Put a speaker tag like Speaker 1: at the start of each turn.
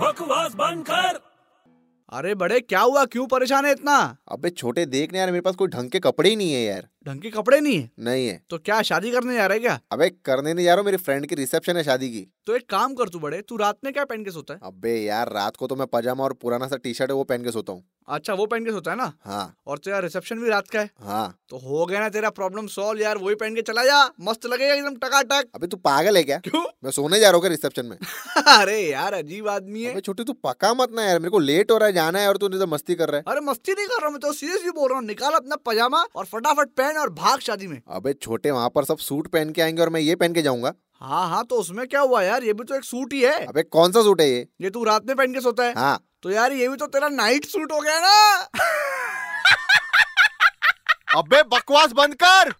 Speaker 1: बकवास बंद कर
Speaker 2: अरे बड़े क्या हुआ क्यों परेशान है इतना
Speaker 3: अबे छोटे देख ना यार मेरे पास कोई ढंग के कपड़े ही नहीं है यार
Speaker 2: ढंग के कपड़े नहीं है
Speaker 3: नहीं है
Speaker 2: तो क्या शादी करने जा रहा है क्या
Speaker 3: अबे करने नहीं जा रहा हूं, मेरे फ्रेंड की रिसेप्शन है शादी की
Speaker 2: तो एक काम कर तू बड़े तू रात में क्या पहन के सोता है
Speaker 3: अबे यार रात को तो मैं पजामा और पुराना सा टी शर्ट है वो पहन के सोता हूँ
Speaker 2: अच्छा वो पहन के सोता है ना
Speaker 3: हाँ
Speaker 2: और तेरा रिसेप्शन भी रात का है
Speaker 3: हाँ
Speaker 2: तो हो गया ना तेरा प्रॉब्लम सॉल्व यार वही पहन के चला जा मस्त लगेगा एकदम टकाटक
Speaker 3: अबे तू पागल है क्या
Speaker 2: क्यों
Speaker 3: मैं सोने जा रहा हूँ रिसेप्शन में
Speaker 2: अरे यार अजीब आदमी है
Speaker 3: अबे छोटे तू पका मत ना यार मेरे को लेट हो रहा है जाना है और तू इधर मस्ती कर रहा है
Speaker 2: अरे मस्ती नहीं कर रहा हूं, मैं तो सीरियसली बोल रहा हूँ निकाल अपना पजामा और फटाफट पहन और भाग शादी में
Speaker 3: अबे छोटे वहां पर सब सूट पहन के आएंगे और मैं ये पहन के जाऊंगा
Speaker 2: हाँ हाँ तो उसमें क्या हुआ यार ये भी तो एक सूट ही है
Speaker 3: अबे कौन सा सूट है ये
Speaker 2: ये तू रात में पहन के सोता है
Speaker 3: हाँ
Speaker 2: तो यार ये भी तो तेरा नाइट सूट हो गया ना
Speaker 4: अबे बकवास बंद कर